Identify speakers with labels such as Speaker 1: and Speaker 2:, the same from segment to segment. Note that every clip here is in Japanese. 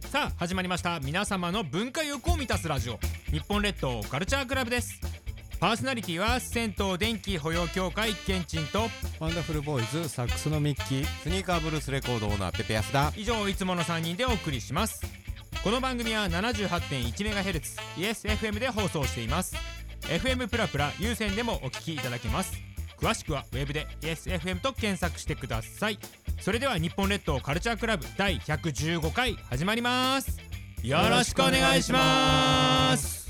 Speaker 1: さあ始まりました皆様の文化欲を満たすラジオ日本列島カルチャークラブですパーソナリティは銭湯電気保養協会ケンチンと
Speaker 2: ワンダフルボーイズサックスのミッキー
Speaker 3: スニーカーブルースレコードオーナーペペヤスだ
Speaker 1: 以上いつもの3人でお送りしますこの番組は 78.1MHz イエス FM で放送しています FM プラプラ有線でもお聞きいただけます詳しくはウェブでイエス FM と検索してくださいそれでは日本列島カルチャークラブ第115回始まりますよろしくお願いします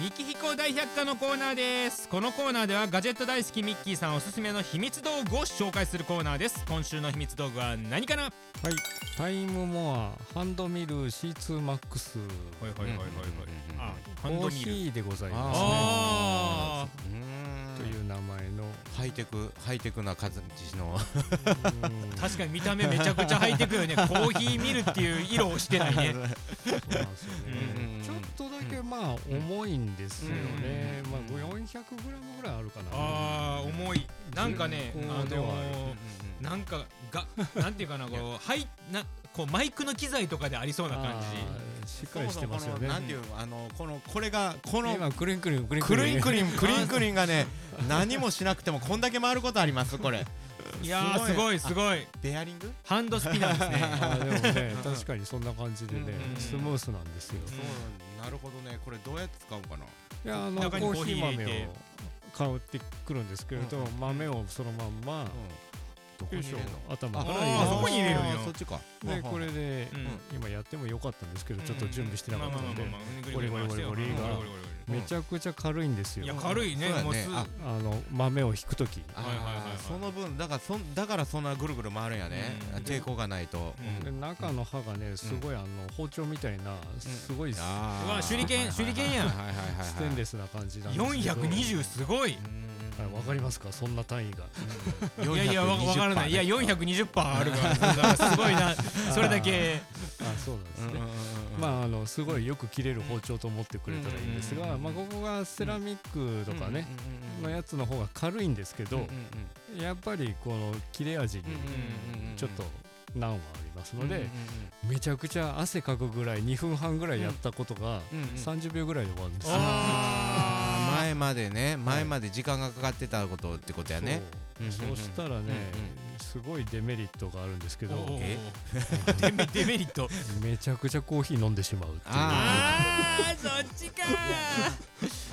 Speaker 1: ミキヒコ大百科のコーナーですこのコーナーではガジェット大好きミッキーさんおすすめの秘密道具を紹介するコーナーです今週の秘密道具は何かな
Speaker 2: はいタイムモアハンドミル C2MAX
Speaker 1: はいはいはいはいはい。あ、ハ
Speaker 2: コ
Speaker 1: ンド
Speaker 2: ー
Speaker 1: ミ
Speaker 2: ヒ
Speaker 1: ル。
Speaker 2: ーでございま
Speaker 1: ああ。
Speaker 2: すね
Speaker 3: うー
Speaker 2: と
Speaker 3: ん
Speaker 2: いう名前の
Speaker 3: ハイテクハイテクな感じの
Speaker 2: うん
Speaker 1: 確かに見た目めちゃくちゃハイテク よね。コーヒーミルっていう色をしてないね。
Speaker 2: そうなんですよ
Speaker 3: うんうんう
Speaker 2: ね
Speaker 3: ん
Speaker 2: ちょっとだけまあ重いんですよねまあ 400g ぐらいあるかな
Speaker 1: ああ、重い。なんかね、
Speaker 2: 重
Speaker 1: あ
Speaker 2: 厚ではある
Speaker 1: のー、なんかが、なんていうかな、こう、はい、な、こうマイクの機材とかでありそうな感じ。
Speaker 2: あーしっかりしてますよね
Speaker 3: そもそもこのなんていうあのこのこれがこの
Speaker 2: 今クリンクリンクリン
Speaker 3: ク
Speaker 2: クリ
Speaker 3: リ
Speaker 2: ン
Speaker 3: ンクリンクリンクリンがね何もしなくてもこんだけ回ることありますこれ
Speaker 1: いやー、すごい
Speaker 3: す
Speaker 1: すごい。
Speaker 3: ベアリング
Speaker 1: ハンドスピナーですね。
Speaker 2: あーでもね確かにそんな感じでね
Speaker 1: うん
Speaker 2: スムースなんですよ
Speaker 3: そうなるほどねこれどうやって使うかない
Speaker 2: やあのコ
Speaker 1: 中にコーヒー
Speaker 2: ーヒー
Speaker 1: 入れ
Speaker 2: 豆
Speaker 1: て
Speaker 2: を買ってくるんですけれど、
Speaker 3: うん
Speaker 2: 豆をそのまんま、
Speaker 3: どこ
Speaker 2: よ
Speaker 3: に
Speaker 2: い
Speaker 3: 入
Speaker 2: しょ
Speaker 3: れるの
Speaker 2: 頭から
Speaker 1: あーそ
Speaker 2: 入
Speaker 1: こに入れるんや
Speaker 3: あーそっちか
Speaker 2: れるでこれで、
Speaker 1: うん
Speaker 2: 今やってもよかったんですけどちょっと準備してなかったので、
Speaker 1: まあまあまあまあぐりぐり回してよ
Speaker 2: ゴリゴリゴリゴリ
Speaker 1: ゴリゴリゴリゴ
Speaker 3: まあ
Speaker 2: めちゃくちゃ軽いんです
Speaker 1: リい
Speaker 2: よ
Speaker 1: や、軽いね
Speaker 3: そう、だね
Speaker 1: もうす。
Speaker 3: あ
Speaker 2: あの豆を引く時
Speaker 3: あ
Speaker 1: はいはいはいはい
Speaker 3: ーその分だからそんだからそんなぐるぐる回るんやね
Speaker 1: うん
Speaker 3: 抵抗がないと
Speaker 1: うん
Speaker 2: で中の刃がねすごいあの包丁みたいなすごいス
Speaker 3: あー
Speaker 1: うわ、手裏剣、手裏剣やん。
Speaker 3: はいはいはいはい
Speaker 2: テンレスな感じなんですけど
Speaker 1: 420すごい。
Speaker 2: はいわかりますかそんな単位が
Speaker 1: いやいやわわからないいや
Speaker 3: 400
Speaker 1: 420パーあるからすごい なそれだけ
Speaker 2: あそうなんですね、
Speaker 3: まあ
Speaker 2: まあ、あのすごいよく切れる包丁と思ってくれたらいいんですが、
Speaker 3: うん
Speaker 2: まあ、ここがセラミックとかね、のやつの方が軽いんですけど、やっぱりこの切れ味にちょっと難はありますので、めちゃくちゃ汗かくぐらい2分半ぐらいやったことが30秒ぐらいで終わるんですよ。
Speaker 1: あー
Speaker 3: 前までね前まで時間がかかってたことってことやねうん
Speaker 2: そうそうしたらね、すごいデメリットがあるんですけ
Speaker 1: おお
Speaker 2: ど
Speaker 3: え
Speaker 1: デメデメリット
Speaker 2: めちゃくちゃコーヒー飲んでしまうっていう
Speaker 3: あ
Speaker 1: あーそっちか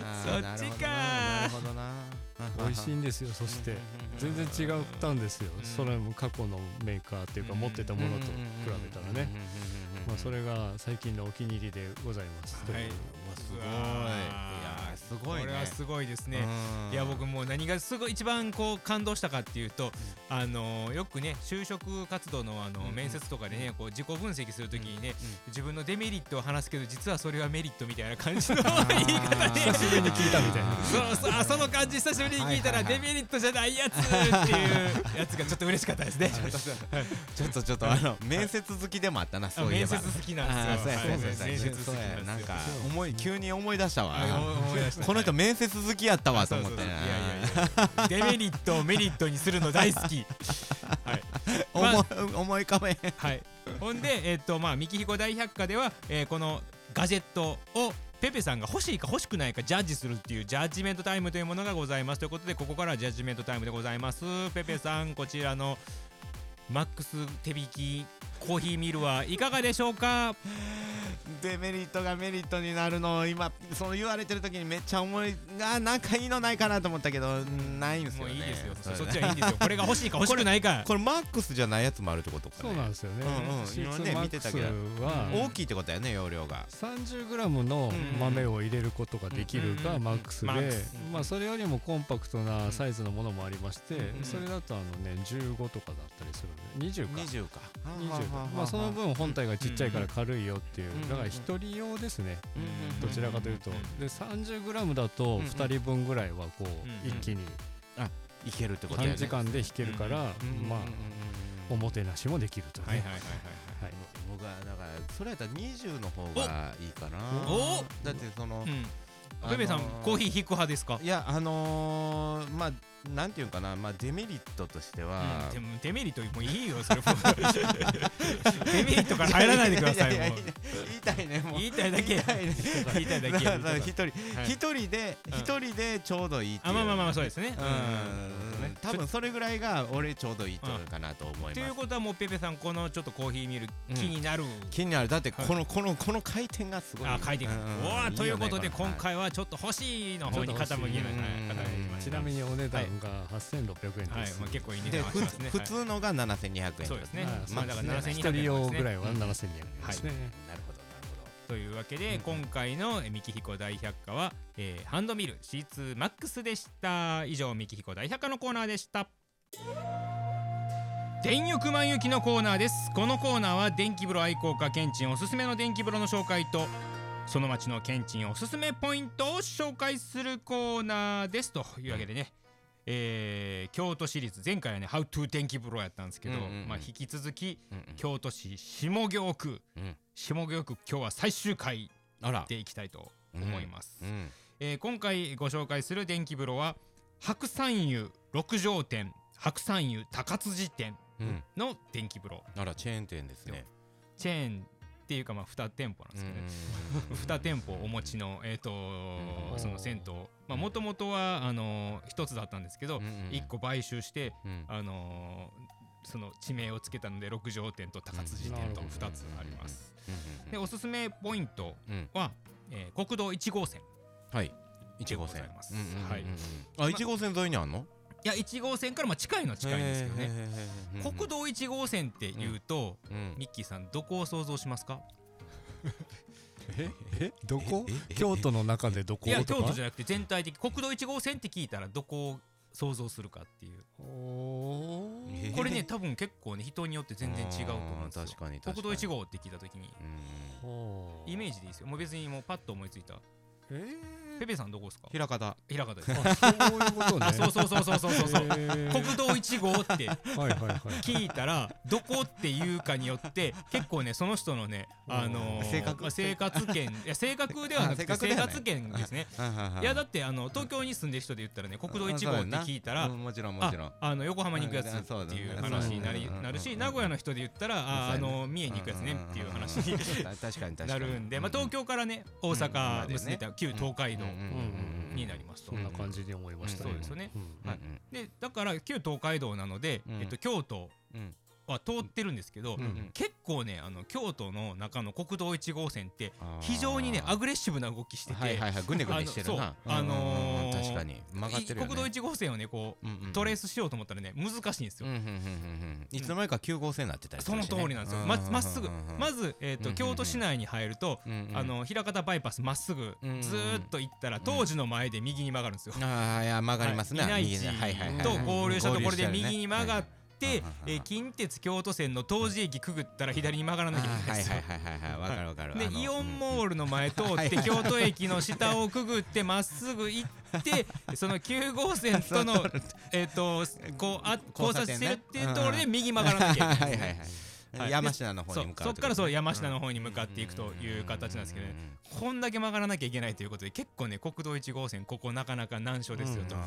Speaker 3: あー
Speaker 1: そっちか
Speaker 3: なるほどななるほどな
Speaker 2: 美味しいんですよそして全然違ったんですよ、
Speaker 3: ん
Speaker 2: それも過去のメーカーっていうか持ってたものと比べたらね、まあ、それが最近のお気に入りでございますという、
Speaker 1: はい
Speaker 3: すごいい
Speaker 1: わ
Speaker 3: や
Speaker 1: ー
Speaker 3: すごい ね
Speaker 1: これはすごいですね
Speaker 3: うん
Speaker 1: いや僕もう何がすごい一番こう感動したかっていうと、あのーよくね就職活動のあの
Speaker 3: うんうん
Speaker 1: 面接とかでねこう自己分析するときにね、
Speaker 3: うんうん
Speaker 1: 自分のデメリットを話すけど実はそれはメリットみたいな感じ の言い
Speaker 3: あー
Speaker 1: 方で
Speaker 2: 久しぶりに聞いたみたいな
Speaker 1: そうそうあその感じ久しぶりに聞いたら
Speaker 3: はいはいは
Speaker 1: デメ
Speaker 3: い
Speaker 1: リットじゃないやつっていうやつがちょっと嬉しかったですね。
Speaker 3: ちょっとちょっとあの面接好きで もあったな
Speaker 1: あ
Speaker 3: そういえ
Speaker 1: 面
Speaker 3: ば
Speaker 1: 接好きな
Speaker 3: あ
Speaker 1: んで
Speaker 3: ーそうや
Speaker 1: すよ。はい
Speaker 3: そうやそう
Speaker 1: 面
Speaker 3: や
Speaker 1: 接好
Speaker 3: そう
Speaker 1: き
Speaker 3: や
Speaker 1: な
Speaker 3: なんん
Speaker 1: ですよ
Speaker 3: か思い急に思い出したわ
Speaker 1: あ思い出した
Speaker 3: この人面接好きやったわと
Speaker 1: そう
Speaker 3: 思
Speaker 1: そ
Speaker 3: っ
Speaker 1: う
Speaker 3: て
Speaker 1: そういやいや
Speaker 3: ね
Speaker 1: いやデメリットをメリットにするの大好き。はい。まあ
Speaker 3: 思い 思い浮かべへん
Speaker 1: はい、ほんで、えっとまあ、三木彦大百科では、えーこのガジェットをペペさんが欲しいか欲しくないかジャッジするっていうジャッジメントタイムというものがございますということでここからはジャッジメントタイムでございますペペさんこちらのマックス手引きコーヒーミルはいかがでしょうか
Speaker 3: デメリットがメリットになるのを今その言われてる時にめっちゃ思いあーなんかいいのないかなと思ったけどないんす
Speaker 1: も
Speaker 3: よ
Speaker 1: う
Speaker 3: ね
Speaker 1: いいですよそ
Speaker 3: れ
Speaker 1: っちはいいんですよこれが欲しいか欲しくないか
Speaker 3: これマックスじゃないやつもあるってことか
Speaker 2: そ
Speaker 3: ね
Speaker 2: うなんですよね、
Speaker 3: うんうん
Speaker 2: シー
Speaker 3: 今
Speaker 2: ツ
Speaker 3: ね
Speaker 2: マ
Speaker 3: 見
Speaker 2: ッ
Speaker 3: て
Speaker 2: ク
Speaker 3: た
Speaker 2: ス
Speaker 3: けど
Speaker 2: は
Speaker 3: 大きいってことやね容量が
Speaker 2: 30g の豆を入れることができる
Speaker 1: うんう
Speaker 2: が
Speaker 1: ん
Speaker 2: マックスで
Speaker 1: マックス
Speaker 2: まあそれよりもコンパクトなサイズのものもありまして
Speaker 3: うん
Speaker 2: それだとあのね15とかだったりするので20か
Speaker 3: 20か
Speaker 2: 20かまあその分本体がちっちゃいから軽いよっていう
Speaker 3: うん
Speaker 2: だから一人用ですね
Speaker 3: うんうんうん
Speaker 2: どちらかというと
Speaker 1: うん
Speaker 2: で 30g だと
Speaker 3: うんうん
Speaker 2: 2人分ぐらいは
Speaker 1: う
Speaker 2: こ
Speaker 1: ん
Speaker 2: う一気に
Speaker 3: いけるってことや
Speaker 2: 短
Speaker 3: ね
Speaker 2: 時間で弾けるからまあおもてなしもできるという
Speaker 1: はいはい
Speaker 2: ね
Speaker 1: はいはい
Speaker 2: はい
Speaker 3: 僕はだからそれやったら20の方がいいかな
Speaker 1: おお
Speaker 3: だってその、
Speaker 1: はい、うん
Speaker 3: あの
Speaker 1: ペ
Speaker 3: ー
Speaker 1: ペさんコーヒー引く派ですか
Speaker 3: いやあのー、まあなんていうんかなまあデメリットとしては
Speaker 1: うん、でもデメリットもういいよそれも デメリットから入らないでください
Speaker 3: やや
Speaker 1: もう
Speaker 3: や言いたいねもう
Speaker 1: 言いたいだけ
Speaker 3: 言いたいね
Speaker 1: 聞いただ
Speaker 3: だ
Speaker 1: け
Speaker 3: から一人
Speaker 1: はい
Speaker 3: 一人で
Speaker 1: うん
Speaker 3: 一人でちょうどいいってい
Speaker 1: あ
Speaker 3: う
Speaker 1: まあまあまあそうですね
Speaker 3: うん多分それぐらいが俺ちょうどいいとこかなと思いま
Speaker 1: という
Speaker 3: す
Speaker 1: ことはもうペペさんこのちょっとコーヒーミル
Speaker 3: うん
Speaker 1: 気になる、
Speaker 3: 気になるだってこのこのこの回転がすごい
Speaker 1: あ書いてくる、
Speaker 3: うん
Speaker 1: おわ
Speaker 3: よ
Speaker 1: ということで
Speaker 3: ねの
Speaker 1: 今回はちょっと欲しいの方に
Speaker 2: ちょっと
Speaker 1: 傾
Speaker 2: 欲
Speaker 1: き
Speaker 2: しい
Speaker 1: な
Speaker 3: うん
Speaker 1: がら傾きまし
Speaker 2: ち
Speaker 1: た
Speaker 2: な
Speaker 1: は
Speaker 2: み
Speaker 1: い、
Speaker 2: にお値段が8600円です、
Speaker 1: まあ、結構いい値
Speaker 3: で
Speaker 1: 段はし
Speaker 3: ふ
Speaker 1: ますね
Speaker 3: 普通のが7200円
Speaker 1: そうですね
Speaker 2: まあ
Speaker 1: まあだから7200円
Speaker 2: 一人用ぐらい
Speaker 1: で
Speaker 2: は
Speaker 1: すね
Speaker 2: 7200円ですね、
Speaker 3: なるほどなるほど
Speaker 1: というわけで、
Speaker 3: うん
Speaker 1: 今回の「ミキヒコ大百科は」えーハンドミル C2MAX でした以上「ミキヒコ大百科」のコーナーでした電浴満雪のコーナーですこのコーナーは電気風呂愛好家ケンチンおすすめの電気風呂の紹介とその町のケンチンおすすめポイントを紹介するコーナーですというわけでね、えー京都市立前回はね「How to 電気風呂」やったんですけど、
Speaker 3: うんうんうん
Speaker 1: まあ、引き続き
Speaker 3: うんうん
Speaker 1: 京都市下京区、
Speaker 3: うん
Speaker 1: 下京区今日は最終回
Speaker 3: あら
Speaker 1: でいきたいと思います、
Speaker 3: うん
Speaker 1: えー今回ご紹介する電気風呂は白山湯六条店白山湯高辻店
Speaker 3: うん
Speaker 1: の電気風呂
Speaker 3: あらチェーン店ですね
Speaker 1: チェーンっていうかまあ2店舗なんですけどね、2店舗お持ちのえっ、と
Speaker 3: うん
Speaker 1: その銭湯まあもともとはあのー、1つだったんですけど、一1個買収して
Speaker 3: うん
Speaker 1: あのーその地名をつけたので六条店と高辻店と2つあります、でおすすめポイント
Speaker 3: うん
Speaker 1: は、えー国道1号線
Speaker 3: はい1号
Speaker 1: で
Speaker 3: 線
Speaker 1: ございます
Speaker 3: うんうんうんうん
Speaker 1: はい
Speaker 3: あ一号線沿いにあんの
Speaker 1: いや1号線からまあ近いのは近いんですけどね
Speaker 3: へー
Speaker 1: 国道1号線って言うと、
Speaker 3: うん
Speaker 1: ミッキーさんどこを想像しますか
Speaker 2: ええどこ
Speaker 3: えええ
Speaker 2: 京都の中でど
Speaker 1: い
Speaker 2: こ
Speaker 1: や京
Speaker 2: と
Speaker 1: 都
Speaker 2: か
Speaker 1: じゃなくて全体的国道1号線って聞いたらどこを想像するかっていう
Speaker 2: おー
Speaker 3: え
Speaker 1: これね多分結構ね人によって全然違うと思うんですよ
Speaker 3: あー確かに確か
Speaker 1: 国
Speaker 3: に
Speaker 1: 道1号って聞いた時に
Speaker 3: うん
Speaker 2: ほう
Speaker 1: イメージでいいですよもう別にもうパッと思いついた
Speaker 2: え
Speaker 1: ペペさんどこですか
Speaker 3: 枚方
Speaker 1: 平方です
Speaker 2: ー、あそういうことね
Speaker 1: そうそうそうそうそうそう そう
Speaker 2: えー
Speaker 1: 国道1号って
Speaker 2: はいはいはい
Speaker 1: 聞いたらどこっていうかによって結構ねその人のね、あのー
Speaker 3: 性格
Speaker 1: まあ、生活圏いや性格ではなくて
Speaker 3: あ
Speaker 1: 生
Speaker 3: 性格ではない
Speaker 1: 活圏ですねいやだってあの東京に住んでる人で言ったらね国道1号って聞いたら
Speaker 3: うんもちろんも
Speaker 1: あ
Speaker 3: ちろん
Speaker 1: あの横浜に行くやつ
Speaker 3: うんそうだ
Speaker 1: って
Speaker 3: ね
Speaker 1: いう
Speaker 2: そうだね
Speaker 1: 話になり
Speaker 3: うん
Speaker 1: なる
Speaker 3: うん
Speaker 1: し
Speaker 3: うん
Speaker 1: 名古屋の人で言ったらああ
Speaker 3: そうだね
Speaker 1: の三重に行くやつねっていう話
Speaker 3: ん
Speaker 1: に
Speaker 3: んんん 確かに確かに
Speaker 1: なるんで、まあ、東
Speaker 3: 京
Speaker 1: 京からね大
Speaker 3: うんう
Speaker 1: 阪
Speaker 3: ん
Speaker 1: 結んでた旧東海道にな
Speaker 3: り
Speaker 1: りますと
Speaker 2: そんな感じに思いました、
Speaker 1: そうですよね
Speaker 2: ん
Speaker 1: はいでだから旧東海道なので、
Speaker 3: うん
Speaker 1: えっと、京都
Speaker 3: うん
Speaker 1: は通ってるんですけど、
Speaker 2: うん
Speaker 1: 結構ねあの京都の中の国道1号線って非常にねア
Speaker 3: あ
Speaker 1: グレッシブな動きしてて、
Speaker 3: はいはいはいぐねぐねしてるな
Speaker 1: あのそう
Speaker 3: うんうんうん
Speaker 1: あのー
Speaker 3: 確かに曲がってるよ
Speaker 1: い国道
Speaker 3: ね
Speaker 1: 1号線をねこ
Speaker 3: うんうんう
Speaker 1: うんトレースしようと思ったらね難しいんですよ、
Speaker 3: うんうんうんうんうんいつの間にか9号線になってたりす
Speaker 1: そ
Speaker 3: る
Speaker 1: の
Speaker 3: しね
Speaker 1: 通りなんですよ、
Speaker 3: う
Speaker 1: ま
Speaker 3: うう
Speaker 1: まっすぐま
Speaker 3: ず
Speaker 1: ず、えっと
Speaker 3: うんうんうん
Speaker 1: 京都市内に入ると、あの枚方バイパスまっすぐ
Speaker 3: うんうん
Speaker 1: ずーっと行ったら当時の前で右に曲がるんですよ、
Speaker 3: ああいや曲がりますね
Speaker 1: はい
Speaker 3: 右ね
Speaker 1: 稲市
Speaker 3: はいはいはい
Speaker 1: と合流したところで
Speaker 3: 合流したよね
Speaker 1: 右に曲がっ
Speaker 3: は
Speaker 1: て
Speaker 3: いはいはい
Speaker 1: えー近鉄京都線の東寺駅くぐったら左に曲がら
Speaker 3: あ
Speaker 1: なきゃいけ
Speaker 3: ー
Speaker 1: ない
Speaker 3: は
Speaker 1: んで
Speaker 3: い
Speaker 1: す
Speaker 3: は
Speaker 1: よ
Speaker 3: いはいはいはいわかるわかる
Speaker 1: で
Speaker 3: あの
Speaker 1: イオン
Speaker 3: うん
Speaker 1: モールの前通って京都駅の下をくぐってまっすぐ行 ってその9号線とのえっとこうあ交
Speaker 3: 交
Speaker 1: 差
Speaker 3: 差
Speaker 1: し
Speaker 3: 点ね
Speaker 1: てるっていうところで右曲がらなきゃいけな
Speaker 3: はいいはい
Speaker 1: は
Speaker 3: はいい山下の方
Speaker 1: そ
Speaker 3: に
Speaker 1: う
Speaker 3: 向かう
Speaker 1: そっからそう
Speaker 3: や
Speaker 1: 山下の方に向かっていくという形なんですけどねこんだけ曲がらなきゃいけないということで結構ね国道1号線ここなかなか難所ですよと。
Speaker 3: あ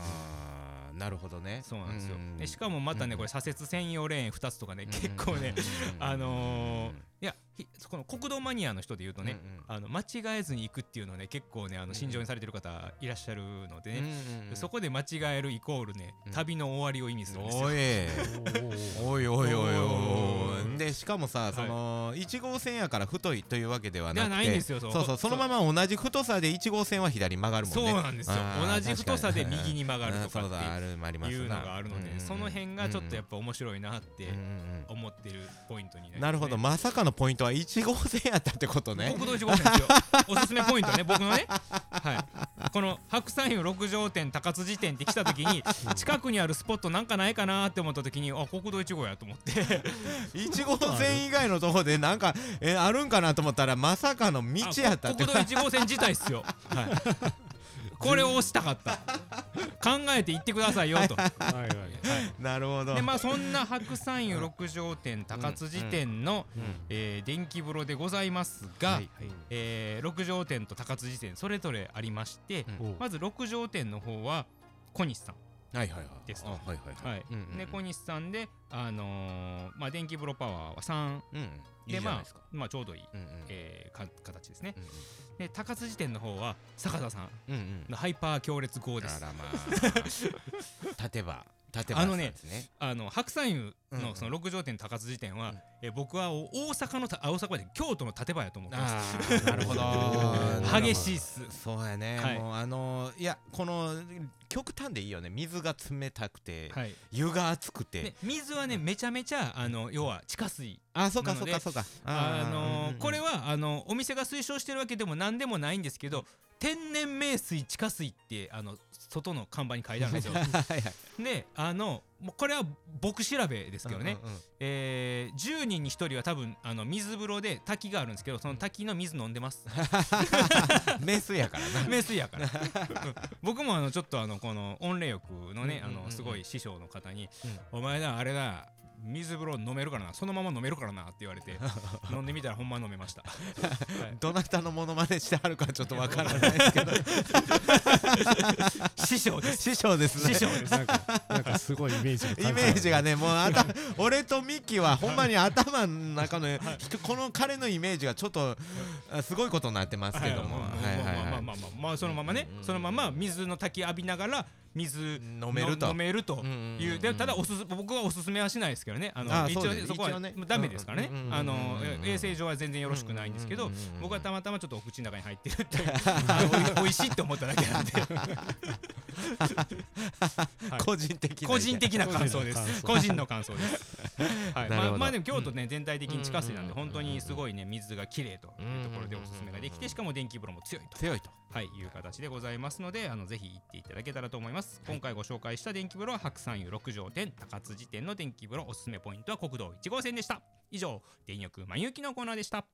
Speaker 3: ーなるほどね
Speaker 1: そうなんですよ、でし
Speaker 3: も
Speaker 1: かもまたね
Speaker 3: うん
Speaker 1: これ左折専用レーン2つとかね結構ねあのーいやひこの国道マニアの人で言うとねあの間違えずに行くっていうのをね結構ねあの慎重にされてる方いらっしゃるのでね、そこで間違えるイコールね、
Speaker 3: うん
Speaker 1: 旅の終わりを意味するんですよ。
Speaker 3: お
Speaker 2: お
Speaker 3: い
Speaker 2: ー
Speaker 3: おいおいおい
Speaker 1: お
Speaker 3: お
Speaker 1: ー
Speaker 3: いでしかもさその1号線やから太いというわけでは
Speaker 1: で
Speaker 3: な
Speaker 1: は
Speaker 3: くて
Speaker 1: ないんですよそう
Speaker 3: そうそうそのまま同じ太さで1号線は左に曲がるもん
Speaker 1: そう
Speaker 3: ね
Speaker 1: なんですよ
Speaker 3: あー
Speaker 1: 同じ太さで
Speaker 3: 確か
Speaker 1: 右に曲がるとか
Speaker 3: うんそうだあ
Speaker 1: っ
Speaker 3: るあり
Speaker 1: て
Speaker 3: ます
Speaker 1: い
Speaker 3: な
Speaker 1: うのがあるの
Speaker 3: うんうんう
Speaker 1: で
Speaker 3: ん
Speaker 1: その辺がちょっとやっぱ面白いなって
Speaker 3: うんうんうん
Speaker 1: 思ってるポイントになりますね
Speaker 3: なるほどまさかのポイントは1号線やったってこ とね
Speaker 1: 国道1号線ですよおすすめポイントね僕のね、はい、この白山湯六条店高辻店って来た時に近くにあるスポットなんかないかなって思った時にあ国道1号やと思って
Speaker 3: 1号線以外のとこでなんかえあるんかなと思ったらまさかの道やった
Speaker 1: あ
Speaker 3: って
Speaker 1: 国道1号線自体っすよ、はい、これを押したかった考えて行ってくださいよと
Speaker 2: はいはい
Speaker 3: なるほど
Speaker 1: でまあそんな白山湯六条店高辻店の、
Speaker 3: うん
Speaker 1: えー電気風呂でございますが、
Speaker 3: はい
Speaker 1: えー六条店と高辻店それぞれありまして、
Speaker 3: うん
Speaker 2: おー
Speaker 1: まず六条店の方は小西さん
Speaker 3: はいはいはい
Speaker 1: です
Speaker 3: あ
Speaker 1: と
Speaker 3: はいはい
Speaker 1: はい
Speaker 3: うんうんうん
Speaker 1: で小西さんで、あのーまあ、電気風呂パワーは3
Speaker 3: うんい
Speaker 1: で
Speaker 3: いじゃない
Speaker 1: ま
Speaker 3: ですか
Speaker 1: あ、まあちょうどいい、
Speaker 3: うんうん
Speaker 1: えーか形ですね
Speaker 3: うん
Speaker 1: で高津辞典の方は坂田さん
Speaker 3: うんうんうん
Speaker 1: のハイパー強烈号で
Speaker 3: あ
Speaker 1: す
Speaker 3: ら まあ立てば立てば
Speaker 1: あのね
Speaker 3: ですね
Speaker 1: あの白山湯
Speaker 3: うんう
Speaker 1: の
Speaker 3: ん
Speaker 1: その六条店高津辞典は、
Speaker 3: うん
Speaker 1: えー僕はお大阪のたあ大阪で京都の立場やと思ってます
Speaker 3: あーなるほ ど
Speaker 1: 激しいっす
Speaker 3: そうやね、
Speaker 1: はい
Speaker 3: もうあのいやこの極端でいいよね水が冷たくて、
Speaker 1: はい
Speaker 3: 湯が熱くて、
Speaker 1: で水はねめちゃめちゃあの要は地下水
Speaker 3: あそうか
Speaker 1: なの
Speaker 3: そう
Speaker 1: で
Speaker 3: かそうか
Speaker 1: あ
Speaker 3: ー
Speaker 1: の
Speaker 3: うんうん
Speaker 1: これはあのお店が推奨してるわけでも何でもないんですけど天然名水地下水ってあの外の看板に書いてあるんですよ
Speaker 3: はいはい
Speaker 1: であのもうこれは僕調べですけどね、
Speaker 3: うんうんうん
Speaker 1: えー10人に1人は多分あの水風呂で滝があるんですけどその滝の水飲んで ます
Speaker 3: 名水やからな
Speaker 1: 名水やからうん僕もあのちょっとあのこの御礼浴のねあ
Speaker 3: うんうんうんう
Speaker 1: の
Speaker 3: ん
Speaker 1: すごい師匠の方に「お前だあれだ水風呂飲めるからなそのまま飲めるからな」って言われ て飲んでみたらほんま飲めました
Speaker 3: どなたのモノマネしてはるかちょっとわからないですけど
Speaker 1: 師匠です
Speaker 3: 師匠ですね
Speaker 1: 師匠
Speaker 2: なんかなんかすごいイメージが
Speaker 3: イメージがねも うあた俺とミキはほんまに頭の中の、この彼のイメージがちょっとあすごいことになってますけども、
Speaker 1: はい
Speaker 3: はいはい
Speaker 1: ま
Speaker 3: は
Speaker 1: あ
Speaker 3: い
Speaker 1: まあまあまあまあまあそのままね
Speaker 3: うんうんうん
Speaker 1: そのまま水の滝浴びながら水
Speaker 3: 飲めると
Speaker 1: の飲めると
Speaker 3: うんうんうん
Speaker 1: いうでただおすす僕はおすすめはしないですけどねあの
Speaker 3: ああ
Speaker 1: 一
Speaker 3: そう
Speaker 1: 応
Speaker 3: です
Speaker 1: そこ
Speaker 3: 一
Speaker 1: は
Speaker 3: 応ね
Speaker 1: ダメですからね
Speaker 3: うんうんうんうん
Speaker 1: あの衛生上は全然よろしくないんですけ
Speaker 3: う
Speaker 1: ど
Speaker 3: んうんうんうん
Speaker 1: 僕はたまたまちょっとお口の中に入ってるっていうあのおいしいって思っただけなんではい
Speaker 3: 個人的な
Speaker 1: 個人的な感想 です個
Speaker 2: 個
Speaker 1: 人の感想ですはいま
Speaker 3: なるほ
Speaker 1: あ
Speaker 3: ど
Speaker 1: まあでも京都ね全体的に地下水なんで
Speaker 3: うんうん
Speaker 1: 本
Speaker 3: うんうん
Speaker 1: 当にすごいね水がきれいというところでおすすめができ
Speaker 3: うんうんうんう
Speaker 1: て
Speaker 3: ん
Speaker 1: しかも電気風呂も強いと
Speaker 3: 強いと
Speaker 1: はい、いう形でございますので、あのぜひ行っていただけたらと思います。今回ご紹介した電気風呂は白山湯六条店高津寺店の電気風呂おすすめポイントは国道1号線でした。以上、電力満有機のコーナーでした。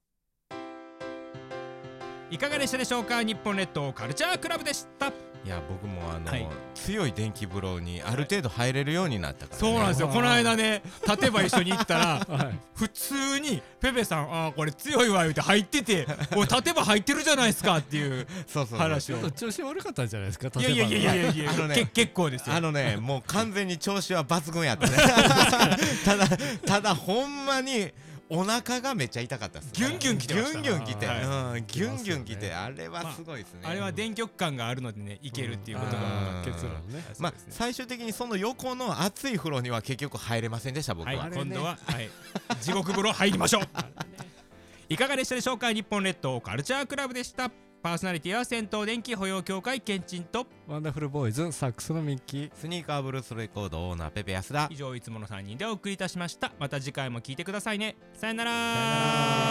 Speaker 1: いかがでしたでしょうか日本列島カルチャークラブでした
Speaker 3: いや僕もあの、
Speaker 1: はい
Speaker 3: 強い電気風呂にある程度入れるようになったから、ね、
Speaker 1: そうなんですよ
Speaker 2: うわー
Speaker 1: この間ね立てば一緒に行ったら
Speaker 2: はい
Speaker 1: 普通にペペさんああこれ強いわ言うて入ってて「おい立てば入ってるじゃないですか」って いう
Speaker 3: そうそうそう
Speaker 1: 話
Speaker 2: ちょ
Speaker 1: を
Speaker 2: っと調子悪かったんじゃないですか
Speaker 1: いやいやいやいやいやいや
Speaker 3: あのね
Speaker 1: け結構ですよ
Speaker 3: あのねもう完全に調子は抜群やった ねただただほんまにお腹がめっちゃ痛かったっす
Speaker 1: ギュンギュン来てました
Speaker 3: ギュンギュン来て、
Speaker 1: は
Speaker 3: うん、ギュンギュン来て、
Speaker 2: 来
Speaker 3: あれはすごいですね、
Speaker 1: あれは電極感があるのでねいけるっていうことが
Speaker 3: が
Speaker 2: 結論ね
Speaker 1: そ
Speaker 3: まあ
Speaker 1: うですね
Speaker 3: 最終的にその横の熱い風呂には結局入れませんでした僕
Speaker 1: は
Speaker 3: は、
Speaker 1: い
Speaker 2: あれね
Speaker 1: 今度は、はい、地獄風呂入りましょう いかがでしたでしょうか日本列島カルチャークラブでしたパーソナリティは銭湯電気保養協会ケンチンと
Speaker 2: ワンダフルボーイズサックスのミッキー
Speaker 3: スニーカーブルースレコードオーナーペペ安田
Speaker 1: 以上いつもの3人でお送りいたしましたまた次回も聞いてくださいねさよなら
Speaker 2: さよなら